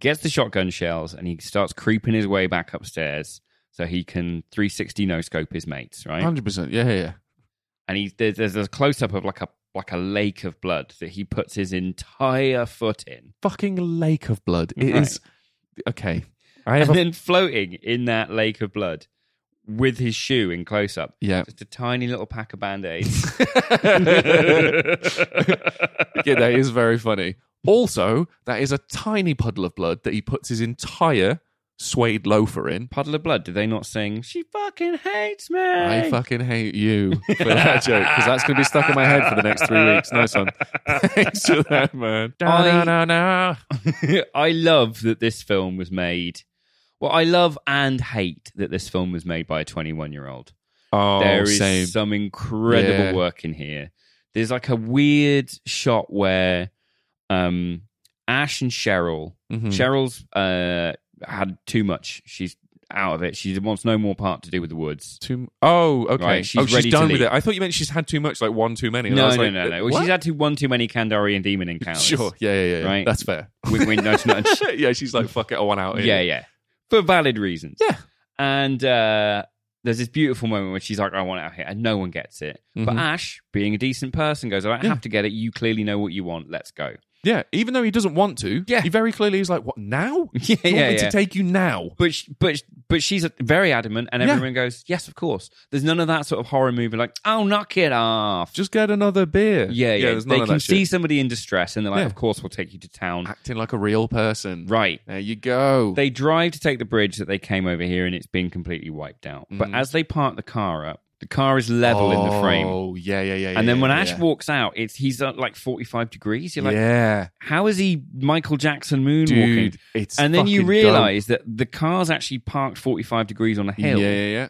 S4: gets the shotgun shells and he starts creeping his way back upstairs so he can 360 no scope his mates, right?
S3: Hundred percent. Yeah, yeah, yeah.
S4: and he, there's, there's a close up of like a like a lake of blood that he puts his entire foot in.
S3: Fucking lake of blood. It is
S4: Right.
S3: okay. I have
S4: And
S3: a
S4: then floating in that lake of blood with his shoe in close up
S3: yeah.
S4: Just a tiny little pack of band aids.
S3: yeah, that is very funny. Also, that is a tiny puddle of blood that he puts his entire suede loafer in.
S4: Puddle of Blood, did they not sing? She fucking hates me.
S3: I fucking hate you for that joke because that's going to be stuck in my head for the next three weeks. Nice one. Thanks for that, man.
S4: I-
S3: No, no, no.
S4: I love that this film was made. Well, I love and hate that this film was made by a 21 year old.
S3: Oh,
S4: there is
S3: same.
S4: some incredible
S3: Yeah.
S4: work in here. There's like a weird shot where um, Ash and Cheryl,
S3: Mhm.
S4: Cheryl's uh, had too much. She's out of it. She wants no more part to do with the woods.
S3: Too. Oh, okay.
S4: Right, she's
S3: oh, she's
S4: ready to
S3: done with
S4: leave.
S3: it. I thought you meant she's had too much, like one too many. And I
S4: No,
S3: was
S4: no,
S3: like,
S4: no, no.
S3: what?
S4: Well, she's had too, one too many Kandari and demon encounters.
S3: Sure. Yeah, yeah, yeah. yeah.
S4: Right.
S3: That's fair.
S4: With, with, no, it's not-
S3: yeah, she's like, fuck it, I want out. here.
S4: yeah, yeah. For valid reasons.
S3: Oh, Yeah.
S4: And uh, there's this beautiful moment where she's like, I want out here. And no one gets it. But
S3: Mhm.
S4: Ash, being a decent person, goes, I don't
S3: Yeah.
S4: have to get it. You clearly know what you want. Let's go.
S3: Yeah, even though he doesn't want to,
S4: Yeah.
S3: he very clearly is like, "What now?
S4: Yeah,
S3: you
S4: yeah,
S3: want me
S4: yeah.
S3: to take you now?"
S4: But sh- but sh- but she's very adamant, and
S3: Yeah.
S4: everyone goes, "Yes, of course." There's none of that sort of horror movie like, "Oh, knock it off."
S3: Just get another beer.
S4: yeah, yeah.
S3: there's none
S4: they
S3: of
S4: can
S3: that
S4: see
S3: shit.
S4: somebody in distress, and they're like,
S3: Yeah.
S4: "Of course, we'll take you to town."
S3: acting like a real person.
S4: Right.
S3: there, you go.
S4: They drive to take the bridge that they came over here, and it's been completely wiped out. But as they park the car up, the car is level in the frame.
S3: Mm. Oh, yeah, yeah, yeah.
S4: And then
S3: yeah,
S4: when
S3: yeah,
S4: Ash
S3: yeah.
S4: walks out, it's he's at like 45 degrees. You're like,
S3: yeah,
S4: how is he Michael Jackson moonwalking?
S3: dude, it's
S4: and then you
S3: fucking
S4: realize that the car's actually parked 45 degrees on a
S3: dope.
S4: hill.
S3: Yeah, yeah, yeah.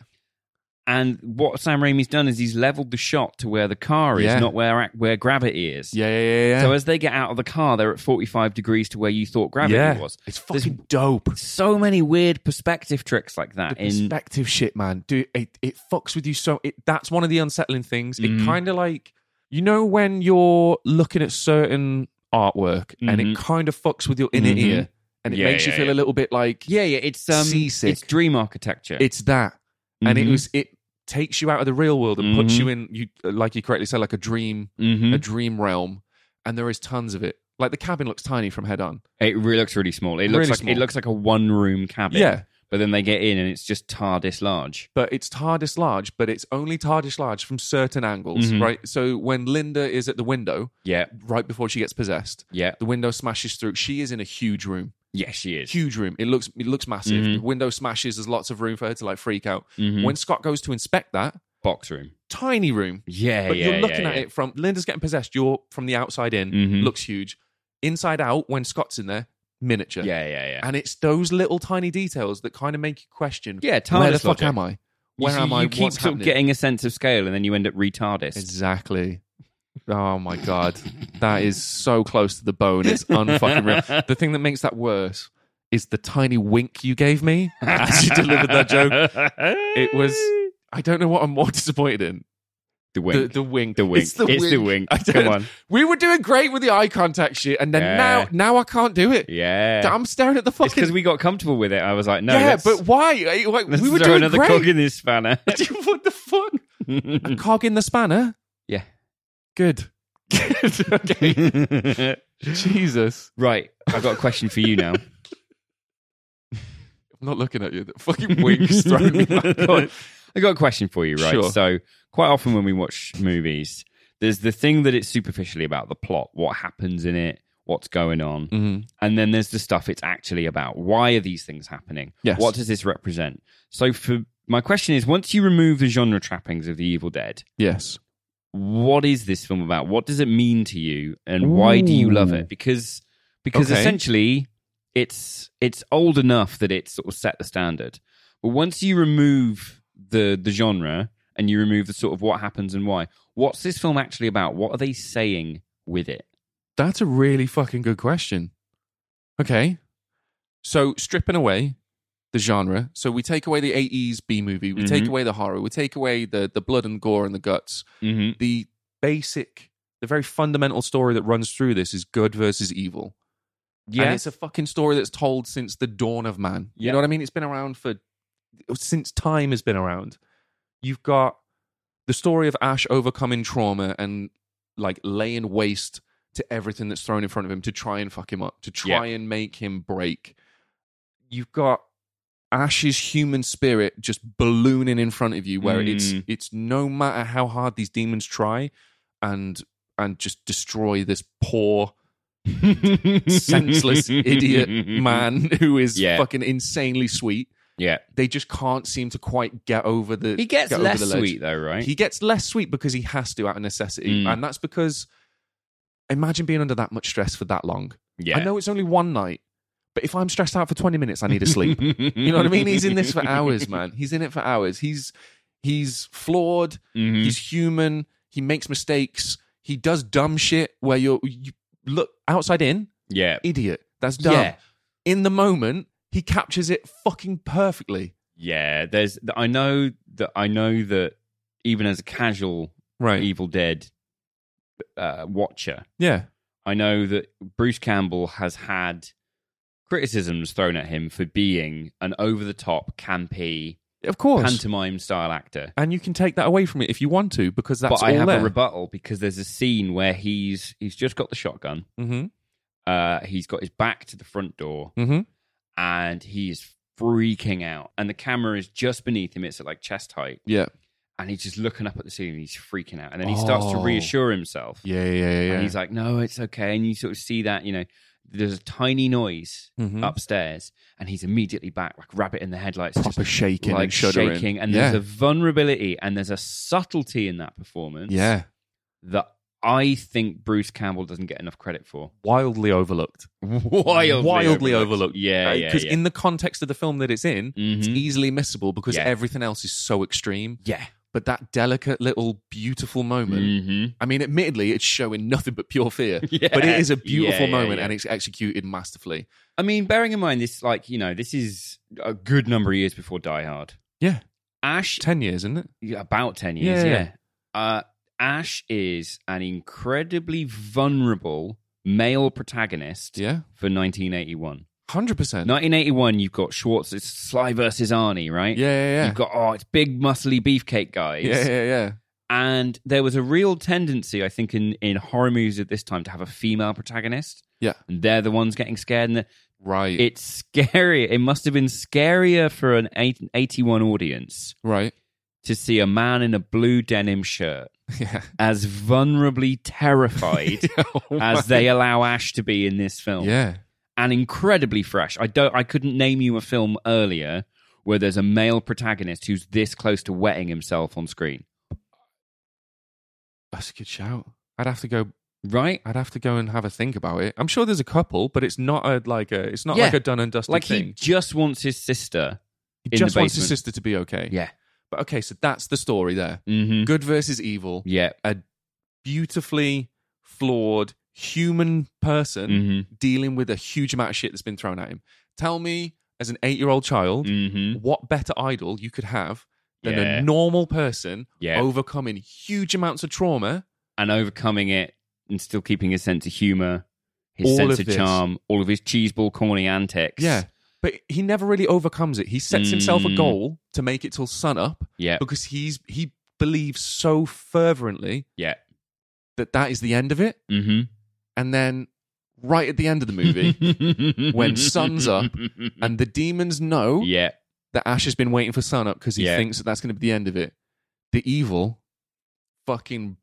S4: And what Sam Raimi's done is he's leveled the shot to where the car is,
S3: Yeah.
S4: not where ac- where gravity is.
S3: Yeah, yeah, yeah, yeah.
S4: So as they get out of the car, they're at 45 degrees to where you thought gravity
S3: yeah.
S4: was.
S3: It's
S4: There's
S3: fucking dope.
S4: so many weird perspective tricks like that
S3: The
S4: in
S3: perspective shit, man. Dude, it, it fucks with you so. It, that's one of the unsettling things.
S4: Mhm.
S3: It kind of like you know when you're looking at certain artwork and
S4: Mhm.
S3: it kind of fucks with your inner
S4: Mhm.
S3: ear, and it
S4: Yeah,
S3: makes
S4: yeah,
S3: you feel
S4: yeah.
S3: a little bit like
S4: yeah yeah it's um
S3: Seasick.
S4: it's dream architecture
S3: it's that. and it
S4: Mhm.
S3: was it takes you out of the real world and puts
S4: Mhm.
S3: you in you like you correctly said like a dream
S4: Mhm.
S3: a dream realm and there is tons of it like the cabin looks tiny from head on
S4: it really looks really small it looks
S3: Really
S4: like it
S3: small.
S4: looks like a one room cabin
S3: Yeah.
S4: but then they get in and it's just TARDIS large
S3: but it's TARDIS large but it's only TARDIS large from certain angles
S4: Mhm.
S3: right so when Linda is at the window
S4: yeah
S3: right before she gets possessed
S4: yeah
S3: the window smashes through she is in a huge room
S4: yeah she is
S3: huge room it looks it looks massive
S4: Mhm.
S3: the window smashes there's lots of room for her to like freak out
S4: Mhm.
S3: when Scott goes to inspect that
S4: box room
S3: tiny room
S4: yeah
S3: But
S4: yeah
S3: you're looking
S4: yeah,
S3: at
S4: yeah.
S3: it from Linda's getting possessed. You're from the outside in,
S4: Mhm.
S3: looks huge. Inside out, when Scott's in there, miniature.
S4: yeah yeah yeah
S3: And it's those little tiny details that kind of make you question.
S4: yeah TARDIS
S3: where the fuck
S4: logic.
S3: am I?
S4: You
S3: Where
S4: see-
S3: am I?
S4: you keep
S3: What's
S4: sort of
S3: happening?
S4: getting a sense of scale and then you end up retardist
S3: Exactly. Oh my god, that is so close to the bone. It's unfucking real. The thing that makes that worse is the tiny wink you gave me as you delivered that joke. It was. I don't know what I'm more disappointed in. The,
S4: the wink
S3: the wink.
S4: the wink
S3: It's the wink. I don't-
S4: come on
S3: We were doing great with the eye contact shit, and then
S4: Yeah.
S3: now now I can't do it.
S4: yeah
S3: I'm staring at the
S4: It's because
S3: fucking.
S4: we got comfortable with it. I was like, no,
S3: yeah,
S4: let's-
S3: but why? Like,
S4: let's
S3: we were
S4: throw
S3: doing
S4: another
S3: great.
S4: cog in this spanner.
S3: what the fuck? A cog in the spanner.
S4: Yeah.
S3: Good. Good. okay. Jesus.
S4: right, I've got a question for you now.
S3: I'm not looking at you. That fucking wink's throwing me back on.
S4: I got a question for you, right?
S3: Sure.
S4: So, quite often when we watch movies, there's the thing that it's superficially about the plot, what happens in it, what's going on,
S3: Mm-hmm.
S4: and then there's the stuff it's actually about. Why are these things happening?
S3: Yes.
S4: What does this represent? So, for my question is, once you remove the genre trappings of The Evil Dead,
S3: Yes.
S4: what is this film about? What does it mean to you, and why do you love
S3: Ooh.
S4: it? Because because
S3: Okay.
S4: essentially, it's it's old enough that it's sort of set the standard. But once you remove the the genre and you remove the sort of what happens and why, what's this film actually about? What are they saying with it?
S3: That's a really fucking good question. Okay. So stripping away the genre, so we take away the 80s B movie, we take
S4: Mhm.
S3: away the horror, we take away the the blood and gore and the guts.
S4: Mm-hmm.
S3: the basic, the very fundamental story that runs through this is good versus evil. And
S4: Yeah,
S3: it's a fucking story that's told since the dawn of man. You
S4: Yeah.
S3: know what I mean? It's been around for, since time has been around. You've got the story of Ash overcoming trauma and like laying waste to everything that's thrown in front of him to try and fuck him up, to try and make him break. You've got Ash's human spirit just ballooning in front of you, where
S4: Mm.
S3: it's it's no matter how hard these demons try and and just destroy this poor senseless idiot man who is
S4: Mm-hmm. Yeah.
S3: fucking insanely sweet.
S4: Yeah,
S3: They just can't seem to quite get over the.
S4: he gets
S3: get over
S4: less
S3: the ledge.
S4: sweet though, right?
S3: He gets less sweet because he has to out of necessity,
S4: Mm.
S3: and that's because imagine being under that much stress for that long.
S4: yeah,
S3: I know it's only one night, but if I'm stressed out for twenty minutes, I need to sleep. you know what I mean? He's in this for hours, man. He's in it for hours. He's he's flawed.
S4: Mhm.
S3: He's human. He makes mistakes. He does dumb shit where you're you look outside in
S4: Yeah,
S3: idiot. That's dumb.
S4: yeah,
S3: In the moment, he captures it fucking perfectly.
S4: yeah, there's. I know that. I know that. Even as a casual
S3: Right.
S4: Evil Dead uh, watcher,
S3: Yeah.
S4: I know that Bruce Campbell has had criticisms thrown at him for being an over-the-top, campy,
S3: Of course.
S4: pantomime-style actor.
S3: and you can take that away from it if you want to, because that's
S4: but I
S3: all
S4: have
S3: there.
S4: a rebuttal because there's a scene where he's he's just got the shotgun.
S3: Mhm.
S4: Uh, he's got his back to the front door
S3: Mhm.
S4: and he is freaking out. And the camera is just beneath him. It's at like chest height.
S3: Yeah.
S4: And he's just looking up at the ceiling. He's freaking out. And then he starts to
S3: Oh.
S4: reassure himself.
S3: Yeah. Yeah. Yeah. yeah.
S4: And he's uh, like, no, it's okay. And you sort of see that, you know, there's a tiny noise
S3: Mhm.
S4: upstairs. And he's immediately back, like rabbit in the headlights. just
S3: proper shaking
S4: like
S3: and shuddering.
S4: shaking. And
S3: yeah.
S4: there's a vulnerability and there's a subtlety in that performance
S3: yeah,
S4: that I think Bruce Campbell doesn't get enough credit for.
S3: wildly overlooked.
S4: Wildly,
S3: Wildly overlooked.
S4: Yeah, yeah,
S3: Because
S4: yeah.
S3: in the context of the film that it's in, it's
S4: Mhm.
S3: easily missable because
S4: Yeah.
S3: everything else is so extreme.
S4: yeah.
S3: But that delicate little beautiful moment.
S4: Mhm.
S3: I mean, admittedly, it's showing nothing but pure fear.
S4: Yeah.
S3: But it is a
S4: Yeah,
S3: beautiful
S4: yeah,
S3: moment
S4: yeah.
S3: and it's executed masterfully.
S4: I mean, bearing in mind this, like you know, this is a good number of years before Die Hard.
S3: Yeah.
S4: Ash,
S3: 10 years, isn't it?
S4: yeah, about ten years.
S3: Yeah,
S4: Yeah.
S3: yeah.
S4: Uh, Ash is an incredibly vulnerable male protagonist
S3: Yeah.
S4: for 1981.
S3: 100%.
S4: 1981, you've got Schwartz. It's Sly versus Arnie, right?
S3: yeah, yeah, yeah.
S4: You've got oh, it's big muscly beefcake guys.
S3: yeah, yeah, yeah.
S4: and there was a real tendency i think in, in horror movies at this time to have a female protagonist
S3: Yeah.
S4: and they're the ones getting scared and the-
S3: Right.
S4: it's scary it must have been scarier for an eight, 81 audience
S3: right.
S4: to see a man in a blue denim shirt
S3: Yeah.
S4: as vulnerably terrified
S3: Oh my-
S4: as they allow ash to be in this film
S3: Yeah.
S4: and incredibly fresh i don't i couldn't name you a film earlier where there's a male protagonist who's this close to wetting himself on screen
S3: That's a good shout. I'd have to go
S4: right
S3: I'd have to go and have a think about it. I'm sure there's a couple, but it's not a like a it's not
S4: Yeah.
S3: like a done and dusted
S4: like
S3: thing.
S4: he just wants his sister.
S3: He
S4: in
S3: just
S4: the
S3: wants his
S4: basement.
S3: sister to be okay.
S4: Yeah.
S3: But okay, so that's the story there.
S4: Mm-hmm.
S3: Good versus evil.
S4: Yeah.
S3: Beautifully flawed human person
S4: Mm-hmm.
S3: dealing with a huge amount of shit that's been thrown at him. Tell me, as an eight year old child,
S4: Mm-hmm.
S3: what better idol you could have than
S4: Yeah.
S3: a normal person
S4: Yeah.
S3: overcoming huge amounts of trauma?
S4: And overcoming it and still keeping his sense of humor, his
S3: All
S4: sense
S3: of
S4: of,
S3: this.
S4: charm, all of his cheeseball corny antics.
S3: Yeah. But he never really overcomes it. He sets himself a
S4: Mm.
S3: goal to make it till sun up.
S4: Yeah.
S3: because he's he believes so fervently
S4: Yeah.
S3: that that is the end of it
S4: Mm-hmm.
S3: and then right at the end of the movie when sun's up and the demons know
S4: yeah.
S3: that ash has been waiting for sun up because he
S4: Yeah.
S3: thinks that that's going to be the end of it the evil fucking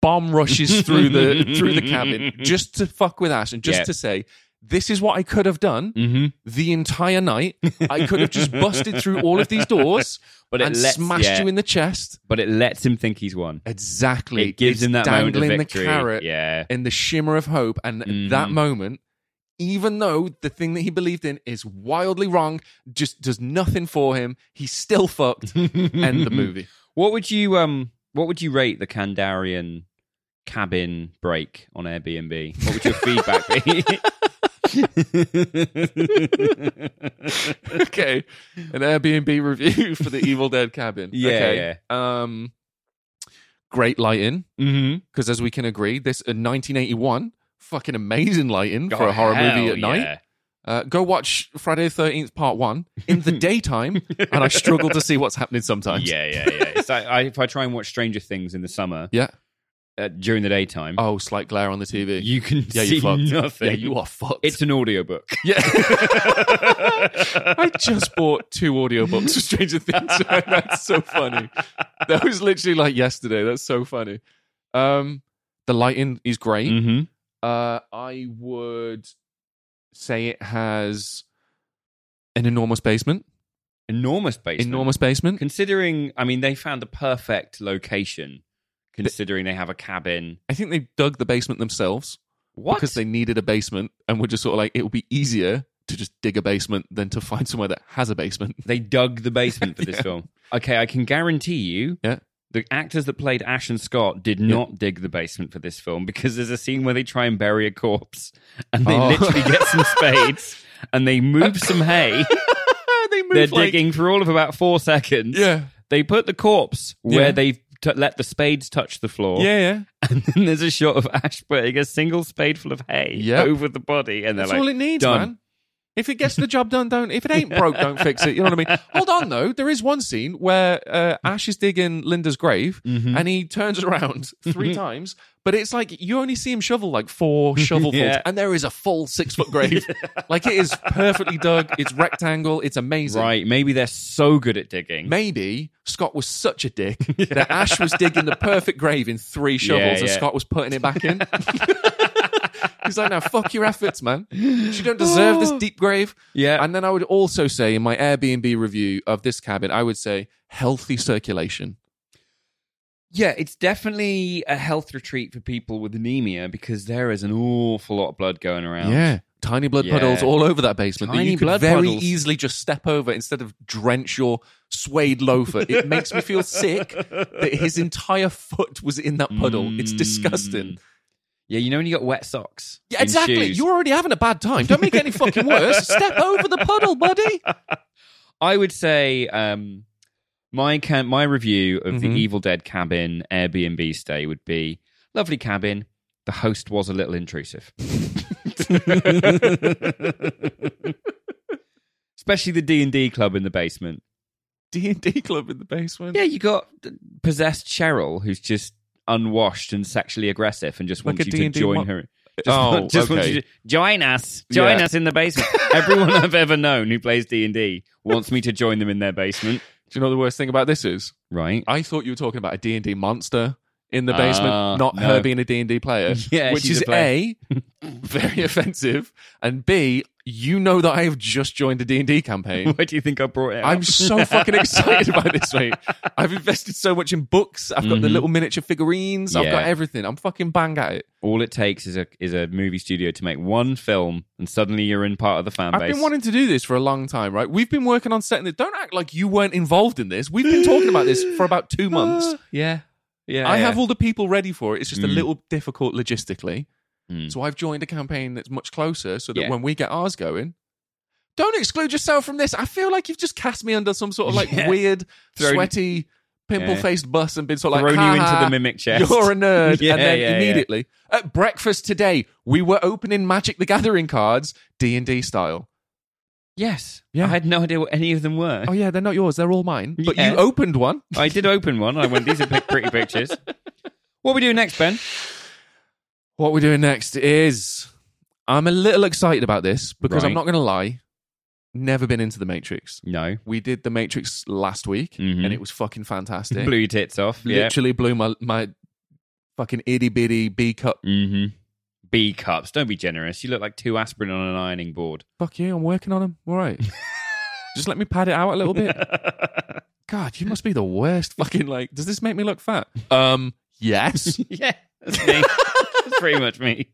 S3: bomb rushes through the through the cabin just to fuck with ash and just
S4: Yeah.
S3: to say this is what i could have done
S4: Mm-hmm.
S3: the entire night i could have just busted through all of these doors
S4: But it
S3: and
S4: lets,
S3: smashed
S4: yeah,
S3: you in the chest
S4: But it lets him think he's won.
S3: exactly
S4: It gives
S3: It's
S4: him that moment of
S3: dangling
S4: victory.
S3: the carrot
S4: Yeah.
S3: in the shimmer of hope. And
S4: Mhm.
S3: that moment, even though the thing that he believed in is wildly wrong, just does nothing for him, he's still fucked. End the movie.
S4: What would you um? What would you rate the Kandarian cabin break on Airbnb? What would your feedback be?
S3: okay. An Airbnb review for the Evil Dead cabin.
S4: Yeah,
S3: Okay. Um, great lighting.
S4: mm-hmm.
S3: Because as we can agree, this in 1981, fucking amazing lighting for a horror movie at night. Uh, go watch Friday the 13th Part 1 in the daytime, and I struggle to see what's happening sometimes.
S4: Yeah, yeah, yeah. It's like I, if I try and watch Stranger Things in the summer
S3: Yeah.
S4: uh, during the daytime,
S3: Oh, slight glare on the TV.
S4: you can
S3: Yeah,
S4: see
S3: you fucked.
S4: nothing.
S3: Yeah, you are fucked.
S4: It's an audiobook.
S3: yeah. I just bought two audiobooks of Stranger Things. right? That's so funny. That was literally like yesterday. That's so funny. Um, the lighting is great.
S4: Mm-hmm.
S3: Uh, I would say it has an enormous basement.
S4: Enormous basement.
S3: Enormous basement.
S4: Considering, I mean, they found the perfect location. Considering they have a cabin.
S3: I think they dug the basement themselves
S4: What?
S3: because they needed a basement and were just sort of like, it will be easier to just dig a basement than to find somewhere that has a basement.
S4: They dug the basement for this
S3: Yeah.
S4: film. Okay, I can guarantee you.
S3: Yeah.
S4: The actors that played Ash and Scott did not dig the basement for this film because there's a scene where they try and bury a corpse and they
S3: Oh.
S4: literally get some spades and they move some hay
S3: they move
S4: They're
S3: move. like-
S4: digging for all of about four seconds.
S3: Yeah.
S4: They put the corpse
S3: Yeah.
S4: where they've t- let the spades touch the floor.
S3: Yeah, yeah.
S4: And then there's a shot of Ash putting a single spadeful of hay
S3: Yep.
S4: over the body. And they're
S3: That's
S4: like,
S3: all it needs,
S4: done.
S3: man. If it gets the job done, don't. If it ain't broke, don't fix it. You know what I mean? Hold on, though. There is one scene where uh, Ash is digging Linda's grave
S4: Mm-hmm.
S3: and he turns around 3 times, but it's like you only see him shovel like four shovelfuls,
S4: Yeah.
S3: and there is a full six foot grave. Like it is perfectly dug. It's rectangle. It's amazing.
S4: Right. Maybe they're so good at digging.
S3: Maybe Scott was such a dick that Ash was digging the perfect grave in three shovels and
S4: yeah.
S3: Scott was putting it back in. He's like, now fuck your efforts, man. You don't deserve this deep grave.
S4: Yeah.
S3: And then I would also say in my Airbnb review of this cabin, I would say healthy circulation.
S4: Yeah, it's definitely a health retreat for people with anemia because there is an awful lot of blood going around.
S3: Tiny blood
S4: Yeah.
S3: puddles all over that basement that
S4: Tiny
S3: you could
S4: blood
S3: very
S4: puddles.
S3: easily just step over instead of drench your suede loafer. It makes me feel sick that his entire foot was in that puddle. It's disgusting.
S4: Mm. Yeah, you know when you got wet socks.
S3: Yeah,
S4: and
S3: exactly.
S4: shoes?
S3: You're already having a bad time. Don't make it any fucking worse. Step over the puddle, buddy.
S4: I would say um, my can- my review of
S3: Mhm.
S4: the Evil Dead cabin Airbnb stay would be lovely cabin. The host was a little intrusive, especially the D and D club in the basement.
S3: D and D club in the basement.
S4: Yeah, you got possessed Cheryl, who's just unwashed and sexually aggressive, and just
S3: Like
S4: wants
S3: a D&D
S4: you to join
S3: mon-
S4: her. Just,
S3: Oh,
S4: want- just wants
S3: okay.
S4: you to join us, join
S3: Yeah.
S4: us in the basement. Everyone I've ever known who plays D and D wants me to join them in their basement.
S3: Do you know the worst thing about this is?
S4: Right?
S3: I thought you were talking about a D and D monster in the basement,
S4: Ah,
S3: not
S4: no.
S3: her being a D and D player.
S4: Yeah,
S3: which
S4: she's
S3: is
S4: a player.
S3: a very offensive, and B, you know that I have just joined a D and D campaign.
S4: Why do you think I brought it?
S3: I'm
S4: up?
S3: so fucking excited about this, mate. I've invested so much in books. I've got the little miniature figurines. I've
S4: Mm-hmm. Yeah.
S3: got everything. I'm fucking bang at it.
S4: All it takes is a is a movie studio to make one film, and suddenly you're in part of the fan
S3: I've
S4: base.
S3: been wanting to do this for a long time, right? We've been working on setting it. Don't act like you weren't involved in this. We've been talking about this for about two months.
S4: yeah, yeah.
S3: I
S4: yeah.
S3: have all the people ready for it. It's just a
S4: Mm.
S3: little difficult logistically.
S4: Mm.
S3: So I've joined a campaign that's much closer so that
S4: Yeah.
S3: when we get ours going, don't exclude yourself from this. I feel like you've just cast me under some sort of like
S4: Yeah.
S3: weird,
S4: Thrown-
S3: sweaty, pimple faced bus and been sort of
S4: thrown
S3: like,
S4: you into
S3: "Ha-ha,
S4: the mimic chest.
S3: You're a nerd.
S4: Yeah,
S3: and then
S4: yeah, yeah.
S3: immediately at breakfast today, we were opening Magic the Gathering cards, D and D style.
S4: yes.
S3: Yeah.
S4: I had no idea what any of them were.
S3: Oh yeah, they're not yours. They're all mine. But
S4: Yeah.
S3: you opened one.
S4: I did open one. I went, these are pic- pretty pictures. What we do next, Ben?
S3: What we're doing next is I'm a little excited about this because I'm
S4: Right.
S3: not going to lie. Never been into the Matrix.
S4: No.
S3: We did the Matrix last week
S4: Mhm.
S3: and it was fucking fantastic.
S4: Blew your tits off. Yeah.
S3: Literally blew my my fucking itty bitty B cup.
S4: Mm-hmm. B cups. Don't be generous. You look like two aspirin on an ironing board.
S3: Fuck you, I'm working on them. All right. Just let me pad it out a little bit. God, you must be the worst fucking like does this make me look fat? Um yes.
S4: yeah. That's me. that's pretty much me.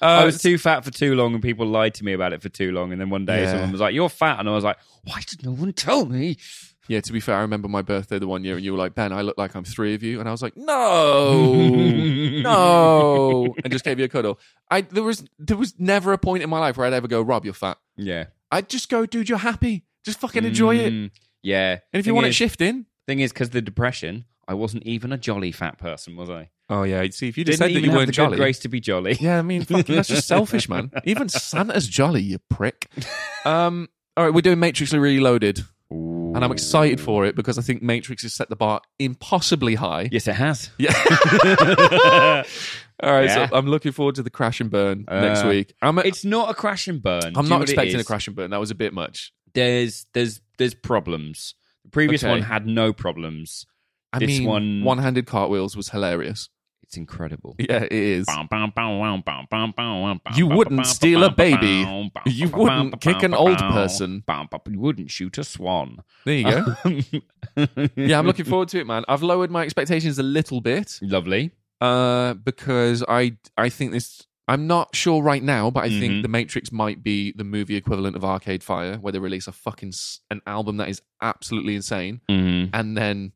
S3: Uh,
S4: I was too fat for too long, and people lied to me about it for too long. And then one day,
S3: Yeah.
S4: someone was like, "You're fat," and I was like, "Why did no one tell me?"
S3: Yeah, to be fair, I remember my birthday the one year and you were like, Ben, I look like I'm three of you. And I was like, No. Oh. no and just gave you a cuddle i there was there was never a point in my life where i'd ever go rob you're fat
S4: Yeah.
S3: i'd just go dude you're happy just fucking enjoy it and
S4: Mm, Yeah.
S3: if you
S4: Thing
S3: want it
S4: is-
S3: shifting
S4: thing is, because the depression, I wasn't even a jolly fat person, was I?
S3: oh yeah see if you
S4: Didn't even have the good grace to be jolly.
S3: yeah i mean fucking, that's just selfish man even santa's jolly you prick um all right we're doing matrix reloaded and i'm excited for it because i think matrix has set the bar impossibly high
S4: Yes, it has.
S3: yeah all right
S4: Yeah.
S3: so i'm looking forward to the crash and burn next
S4: Uh,
S3: week i'm
S4: It's not a crash and burn. Do
S3: I'm
S4: you know
S3: not
S4: what it
S3: expecting a
S4: is?
S3: crash and burn. That was a bit much.
S4: There's there's there's problems. The previous
S3: Okay.
S4: one had no problems.
S3: I
S4: This
S3: mean,
S4: one-
S3: one-handed cartwheels was hilarious.
S4: It's incredible.
S3: Yeah, it is.
S4: You
S3: You wouldn't steal a baby. You wouldn't kick an old person.
S4: You wouldn't shoot a swan.
S3: There you go. yeah, I'm looking forward to it, man. I've lowered my expectations a little bit
S4: Lovely.
S3: uh, because I I think this. I'm not sure right now, but I think The Matrix might be the movie equivalent of Arcade Fire, where they release a fucking s- an album that is absolutely insane, e,
S4: Mhm.
S3: and then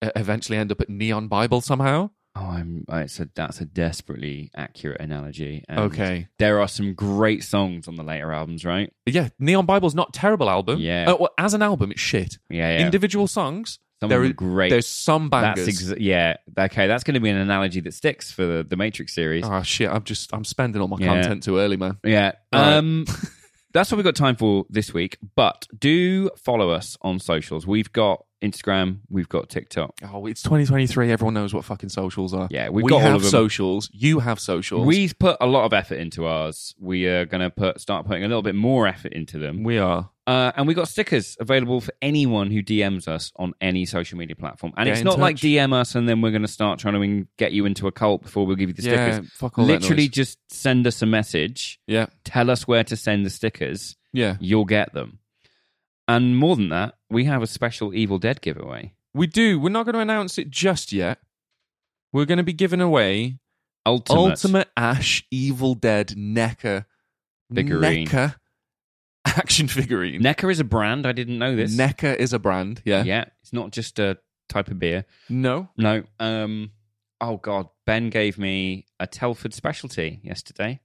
S3: uh, eventually end up at Neon Bible somehow.
S4: Oh, I'm. It's a that's a desperately accurate analogy. And
S3: Okay.
S4: there are some great songs on the later albums, right?
S3: Yeah, Neon Bible's not a terrible album.
S4: Yeah.
S3: Uh, well, as an album, it's shit.
S4: Yeah, yeah.
S3: Individual songs,
S4: some
S3: there
S4: of
S3: are-
S4: them great.
S3: there's some
S4: that's
S3: bangers.
S4: exa- yeah. Okay, that's going to be an analogy that sticks for the, the Matrix series.
S3: oh shit! I'm just I'm spending all my
S4: Yeah.
S3: content too early, man.
S4: Yeah.
S3: Right.
S4: Um, that's what we've got time for this week. But do follow us on socials. We've got Instagram. We've got TikTok.
S3: Oh, it's 2023. Everyone knows what fucking socials are.
S4: Yeah, we've
S3: We
S4: got all
S3: have
S4: of them.
S3: socials. You have socials.
S4: We put a lot of effort into ours. We are going to put start putting a little bit more effort into them.
S3: we are.
S4: Uh, and we got stickers available for anyone who DMs us on any social media platform. And
S3: Get
S4: it's
S3: in
S4: not like
S3: touch.
S4: DM us and then we're going to start trying to in- get you into a cult before we'll give you the
S3: yeah,
S4: stickers.
S3: fuck all
S4: Literally,
S3: That noise.
S4: just send us a message.
S3: Yeah,
S4: Tell us where to send the stickers.
S3: yeah.
S4: you'll get them. And more than that, we have a special Evil Dead giveaway.
S3: We do. We're not going to announce it just yet. We're going to be giving away
S4: Ultimate.
S3: Ultimate Ash Evil Dead E NECA
S4: Figurine.
S3: NECA E action figurine.
S4: Necker is a brand. I didn't know this.
S3: NECA is a brand. Yeah.
S4: Yeah, it's not just a type of beer.
S3: No.
S4: No. Um. Oh God, Ben gave me a Telford specialty yesterday.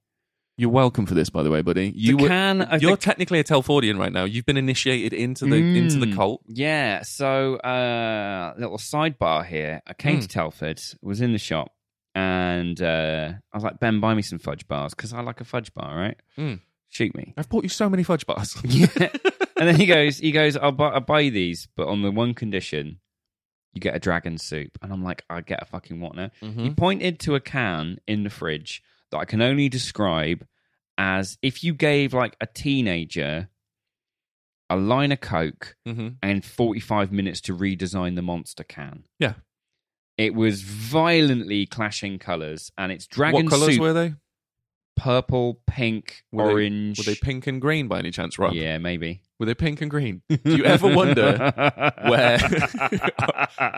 S3: You're welcome for this, by the way, buddy. You
S4: the
S3: were,
S4: can. of the-
S3: you're technically a Telfordian right now. You've been initiated into the into the
S4: Mm.
S3: cult.
S4: Yeah. So, uh, little sidebar here. I came
S3: Hmm.
S4: to Telford, was in the shop, and uh, I was like, Ben, buy me some fudge bars because I like a fudge bar, right?
S3: Hmm.
S4: Shoot me.
S3: I've bought you so many fudge bars.
S4: Yeah. and then he goes, he goes, I'll buy, I'll buy you these, but on the one condition, you get a dragon soup. And I'm like, I get a fucking what now? He pointed to a can in the fridge that I can only describe as if you gave like a teenager a line of coke
S3: hmm
S4: and 45 minutes to redesign the monster can.
S3: Yeah.
S4: It was violently clashing colors, and it's dragon
S3: What colours
S4: soup,
S3: were they?
S4: purple, pink,
S3: Were they-
S4: orange.
S3: Were they pink and green by any chance, Rob?
S4: yeah, maybe.
S3: Were they pink and green? Do you ever wonder where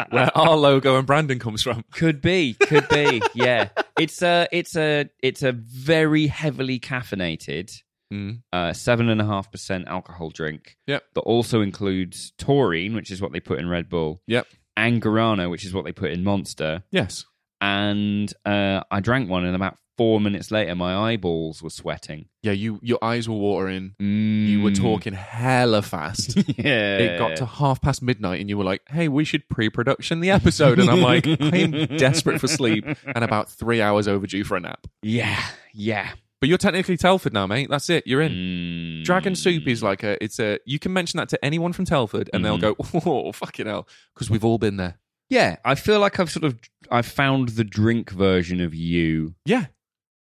S3: where our logo and branding comes from?
S4: could be could be yeah it's a it's a it's a very heavily caffeinated
S3: Mm.
S4: uh seven and a half percent alcohol drink
S3: Yep.
S4: that also includes taurine which is what they put in red bull
S3: Yep.
S4: and guarana which is what they put in monster
S3: Yes.
S4: and uh i drank one and about four minutes later my eyeballs were sweating
S3: Yeah, you your eyes were watering. You were
S4: Mm.
S3: talking hella fast.
S4: yeah
S3: It got to half past midnight, and you were like, "Hey, we should pre-production the episode." And I'm like, "I'm desperate for sleep, and about three hours overdue for a nap."
S4: yeah yeah
S3: But you're technically Telford now, mate. That's it. You're in.
S4: Mm.
S3: Dragon Soup is like a. It's a. You can mention that to anyone from Telford, and they'll
S4: Mm-hmm.
S3: go, "Oh, fucking hell," because we've all been there.
S4: Yeah, I feel like I've sort of I've found the drink version of you.
S3: Yeah,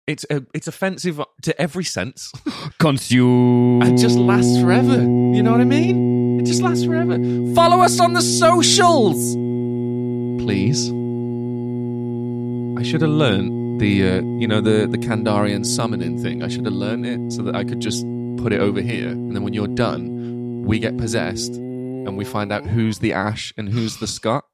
S3: it's a, it's offensive to every sense.
S4: Consume.
S3: It just lasts forever. You know what I mean? It just lasts forever. Follow us on the socials, please. I should have learned the uh, you know the the Kandarian summoning thing. I should have learned it so that I could just put it over here, and then when you're done, we get possessed and we find out who's the Ash and who's the Scott.